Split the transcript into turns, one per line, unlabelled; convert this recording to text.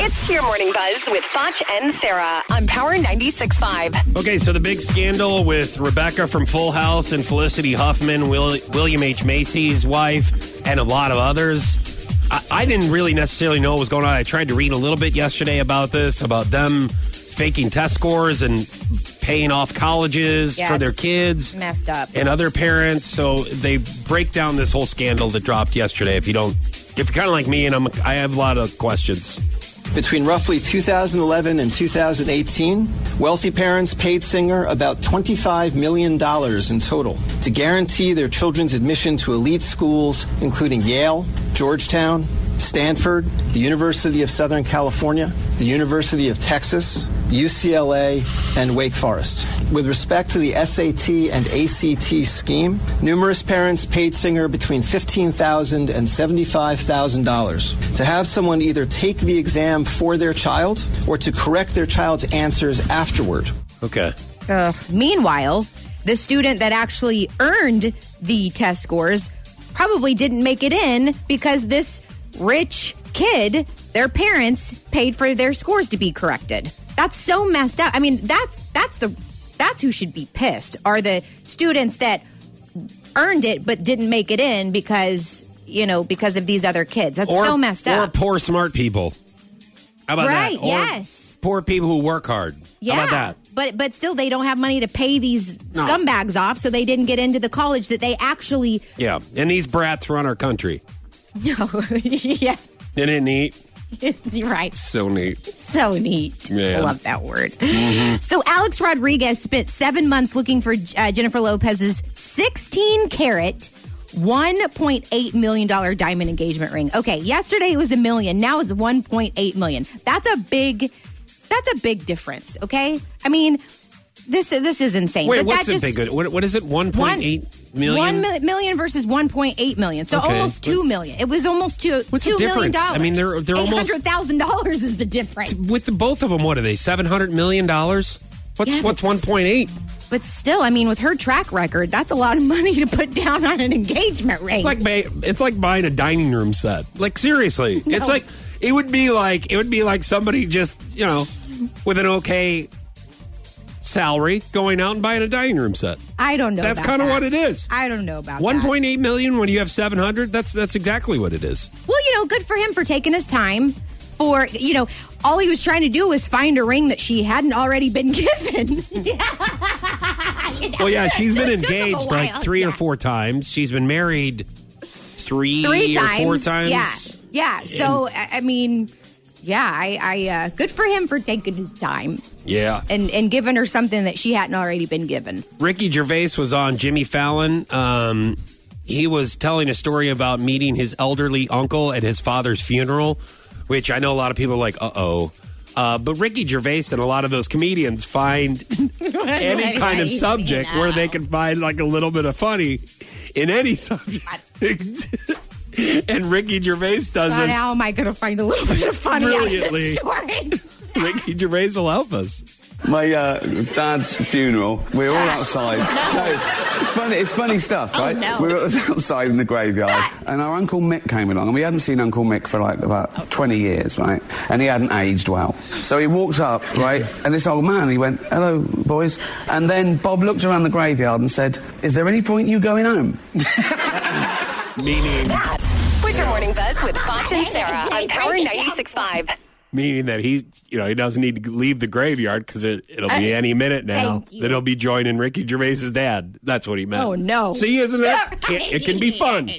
It's your morning buzz with Foch and Sarah on Power 96.5.
Okay, so the big scandal with Rebecca from Full House and Felicity Huffman, Will, William H. Macy's wife, and a lot of others. I, I didn't really necessarily know what was going on. I tried to read a little bit yesterday about this, about them faking test scores and paying off colleges
Yeah,
for their
it's
kids
messed up.
and other parents. So they break down this whole scandal that dropped yesterday. If you don't, if you're kind of like me and I'm, I have a lot of questions.
Between roughly 2011 and 2018, wealthy parents paid Singer about $25 million in total to guarantee their children's admission to elite schools, including Yale, Georgetown, Stanford, the University of Southern California, the University of Texas, UCLA, and Wake Forest. With respect to the SAT and ACT scheme, numerous parents paid Singer between $15,000 and $75,000 to have someone either take the exam for their child or to correct their child's answers afterward.
Okay.
Ugh. Meanwhile, the student that actually earned the test scores probably didn't make it in because this rich kid, their parents paid for their scores to be corrected. That's so messed up. I mean, that's that's the that's who should be pissed are the students that earned it but didn't make it in because you know because of these other kids. That's so messed up.
Or poor smart people. How about
Right,
that? Or
yes.
Poor people who work hard. How about that?
But but still they don't have money to pay these
No.
scumbags off, so they didn't get into the college that they actually
Yeah. And these brats run our country.
No. yeah.
Isn't it neat?
You're right.
So neat.
So neat.
Yeah. Mm-hmm.
I love that word. So Alex Rodriguez spent seven months looking for uh, Jennifer Lopez's 16 carat. $1.8 million dollar diamond engagement ring. Okay, yesterday it was a million. Now it's 1.8 million. That's a big that's a big difference, okay? I mean, this this is insane.
Wait,
but
what's
that
the
just,
big good? What, what is it? 1.8 million?
One mil- million versus one point eight million, so
Okay.
almost two million. It was almost two.
What's the
two million
difference? I
dollars.
mean, they're- they're
eight
almost-
hundred thousand dollars is the difference.
With the both of them, what are they? $700 million? What's,
Yeah,
what's
but-
1.8?
But still, I mean, with her track record, that's a lot of money to put down on an engagement ring.
It's like ba- it's like buying a dining room set. Like seriously,
No.
it's like it would be like it would be like somebody just you know with an okay salary going out and buying a dining room set.
I don't know.
That's
about
kind of
that.
what it is.
I don't know about
One
that.
point eight million when you have seven hundred. That's that's exactly what it is.
Well, you know, good for him for taking his time. For you know, all he was trying to do was find a ring that she hadn't already been given.
Well, yeah, she's been
It took a
engaged like
while,
three or
yeah.
four times. She's been married three,
three
or
times.
four times.
Yeah, yeah. So I I mean, yeah, I, I uh, good for him for taking his time
yeah.
and and giving her something that she hadn't already been given.
Ricky Gervais was on Jimmy Fallon. Um, he was telling a story about meeting his elderly uncle at his father's funeral, which I know a lot of people are like, uh oh. Uh, but Ricky Gervais and a lot of those comedians find any kind of subject where they can find like a little bit of funny in any subject. and Ricky Gervais does
God,
this.
how am I going to find a little bit of funny
Brilliantly.
out of this story?
Ricky Gervais will help us.
My uh, dad's funeral. We were all outside. no, it's funny. It's funny stuff, right?
no.
We were all outside in the graveyard, and our uncle Mick came along, and we hadn't seen Uncle Mick for like about 20 years, right? And he hadn't aged well, so he walked up, right? And this old man, he went, "Hello, boys," and then Bob looked around the graveyard and said, "Is there any point you going home?"
Meaning,
That was your morning buzz with Foch and Sarah on Power 96.5.
meaning that he, you know, he doesn't need to leave the graveyard because it, it'll be
Uh,
any minute now.
thank you.
That he'll be joining Ricky Gervais's dad. That's what he meant.
Oh, no.
See, isn't it? Can't- it can be fun.